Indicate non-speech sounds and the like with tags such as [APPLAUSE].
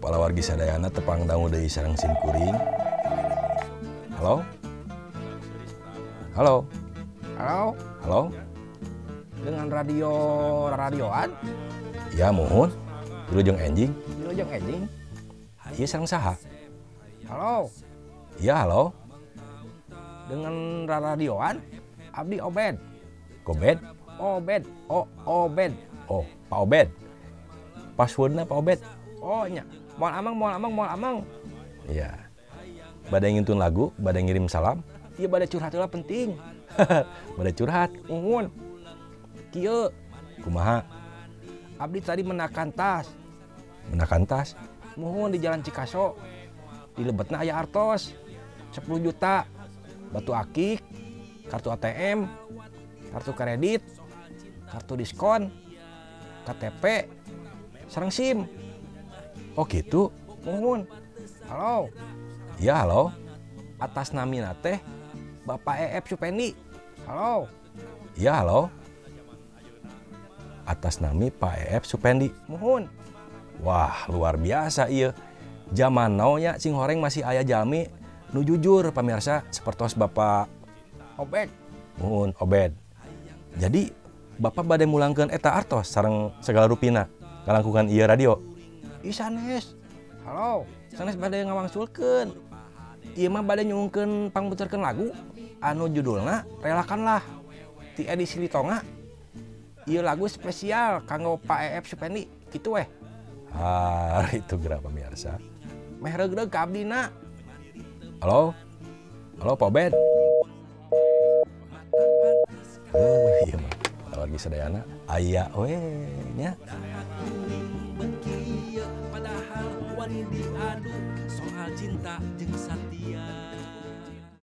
Kepala wargi sadayana tepang tanggung dari sarang simkuring. Halo? Halo? Halo, Halo? dengan radio radioan, Ya mohon. Dulu jeung enjing. nujung anjing. Iya sarang saha? Halo, Iya halo? dengan ra- radioan, Abdi Obed, Kobed? Obed, O Obed, Oh, Pak Obed. Passwordnya Pak Obed. Oh nya, moal amang, moal amang, moal amang. Iya. Badai ngintun lagu, badai ngirim salam, [LAUGHS] Iya pada curhat heula penting. badai curhat. Ungun, kieu, Kumaha, Abdi tadi menakan tas. menakan tas. Muhun di Jalan Cikaso, di lebetna aya artos, 10 juta, batu akik, kartu ATM, kartu kredit, kartu diskon, KTP, sareng SIM. Oh gitu? Muhun. Halo, Iya halo? atas namina teh Bapak E EF Supendi. Halo, Iya halo? Atas nami Pak EF Supendi. muhun. Wah, luar biasa iya. Zaman naonya sing horeng masih ayah jami. Nu jujur pemirsa sepertos Bapak Obek. Muun Obed. Jadi Bapak badai mulangkeun eta artos sareng segala rupina. Kalangkungan ieu radio. Isanes. Halo, sanes badai ngawangsulkeun. Ieu mah badai nyungkeun pangputerkeun lagu anu judulna Relakanlah ti edisi Litonga. Ieu lagu spesial kanggo Pak EF Supendi. Kitu weh. Ah, [LAUGHS] itu gerak pemirsa. Meh reug-reug ka abdina. Halo? Halo Pak Obed? Eh, iya mah. Kalau lagi sedayana, aya we nya. Kieu padahal wani diadu soal cinta jeung setia